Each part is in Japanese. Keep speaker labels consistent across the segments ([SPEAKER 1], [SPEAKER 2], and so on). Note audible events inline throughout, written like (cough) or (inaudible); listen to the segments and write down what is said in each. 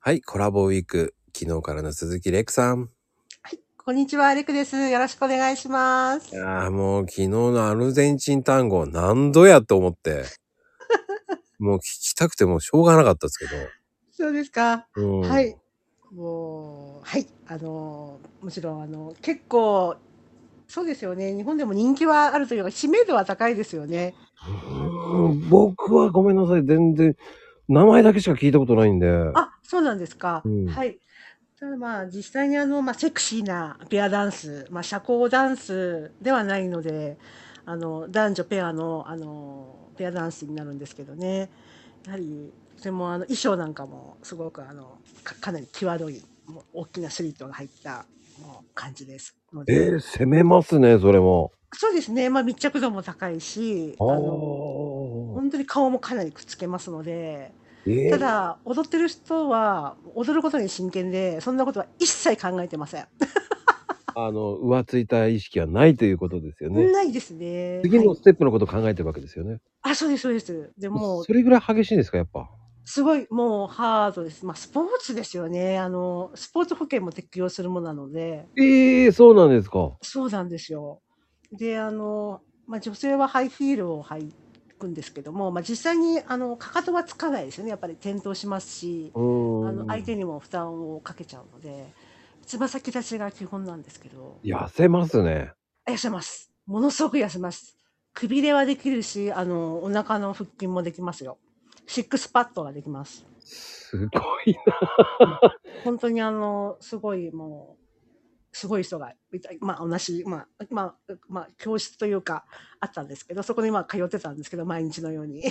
[SPEAKER 1] はい、コラボウィーク、昨日からの鈴木レクさん。
[SPEAKER 2] こんにちは、レクです。よろしくお願いします
[SPEAKER 1] い。やーもう昨日のアルゼンチン単語何度やと思 (laughs) って。もう聞きたくてもしょうがなかったですけ
[SPEAKER 2] そうですか。
[SPEAKER 1] ど。うん
[SPEAKER 2] はい。。もう、はい。あの、もちろん、あの、結構、そうですよね。日本でも人気はあるというか、知名度は高いですよね。
[SPEAKER 1] うん僕はごめんなさい。全然、名前だけしか聞いたことないんで。
[SPEAKER 2] あ、そうなんですか。
[SPEAKER 1] うん
[SPEAKER 2] はい。ただまあ、実際にあの、まあ、セクシーなペアダンス、まあ、社交ダンスではないので、あの、男女ペアの、あの、ペアダンスになるんですけどね。やはり、とてもあの、衣装なんかも、すごくあの、かかなり際どい、もう大きなスリットが入った、もう、感じです。の
[SPEAKER 1] え
[SPEAKER 2] で
[SPEAKER 1] ー、攻めますね、それも。
[SPEAKER 2] そうですね。まあ、密着度も高いし、あ
[SPEAKER 1] あ
[SPEAKER 2] の、本当に顔もかなりくっつけますので、
[SPEAKER 1] え
[SPEAKER 2] た
[SPEAKER 1] ー、
[SPEAKER 2] だ踊ってる人は踊ることに真剣でそんなことは一切考えてません。
[SPEAKER 1] あの、浮ついた意識はないということですよね。
[SPEAKER 2] ないですね。
[SPEAKER 1] 次
[SPEAKER 2] は
[SPEAKER 1] の
[SPEAKER 2] い
[SPEAKER 1] ステップのことを考えてるわけですよね。
[SPEAKER 2] あそうですそうです。でもう
[SPEAKER 1] それぐらい激しいんですか、やっぱ。
[SPEAKER 2] すごいもうハードです。まあスポーツですよね。あのスポーツ保険も適用するものなので
[SPEAKER 1] ええそうなんですか。
[SPEAKER 2] そうなんですよ。であの、まあ、女性はハイヒールを履くんですけども、まあ、実際にあのかかとはつかないですよね。やっぱり転倒しますし。
[SPEAKER 1] うん。
[SPEAKER 2] あの相手にも負担をかけちゃうのでつま先立ちが基本なんですけど
[SPEAKER 1] 痩せますね。
[SPEAKER 2] 痩せます。ものすごく痩せます。くびれはできるし、あの、お腹の腹筋もできますよ。シックスパッドができます。
[SPEAKER 1] すご
[SPEAKER 2] (laughs)
[SPEAKER 1] いな。
[SPEAKER 2] 本当にあの、すごいもう、すごい人がいた、まあ同じ、まあ、まあ、まあ、教室というか、あったんですけど、そこにまあ通ってたんですけど、毎日のように。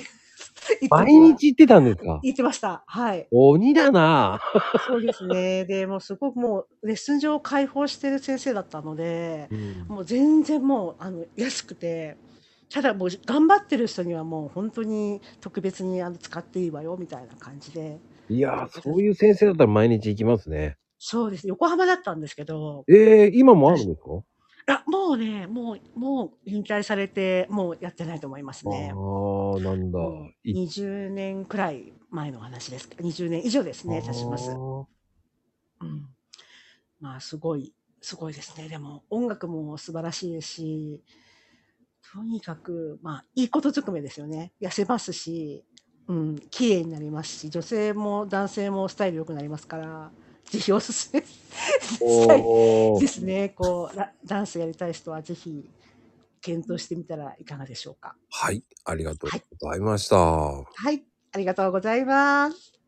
[SPEAKER 1] 毎日行ってたんですか。
[SPEAKER 2] (laughs) 行ってました。はい。
[SPEAKER 1] 鬼だな。
[SPEAKER 2] そうですね。で、もうすごくもう、レッスン上を開放してる先生だったので、もう全然もうあの安くてただもう頑張ってる人にはもう本当に特別にあの使っていいわよみたいな感じで
[SPEAKER 1] いやー、そういう先生だったら毎日行きますね。
[SPEAKER 2] そうです横浜だったんですけど
[SPEAKER 1] ええ今もあるんですか。
[SPEAKER 2] あもうねもうもう引退されてもうやってないと思いますね。
[SPEAKER 1] ああ、なんだ。
[SPEAKER 2] うん20年くらい前の話ですけど20年以上ですね経ちます
[SPEAKER 1] あ。ー
[SPEAKER 2] うん、まあすごいすごいですねでも音楽も素晴らしいですしとにかくまあいいことずくめですよね痩せますし、うん、綺麗になりますし女性も男性もスタイル良くなりますからぜひおすすめしたい (laughs)
[SPEAKER 1] お
[SPEAKER 2] で
[SPEAKER 1] ー
[SPEAKER 2] すねこうラダンスやりたい人はぜひ検討してみたらいかがでしょうか
[SPEAKER 1] はい、ありがとうございました。
[SPEAKER 2] はいありがとうございます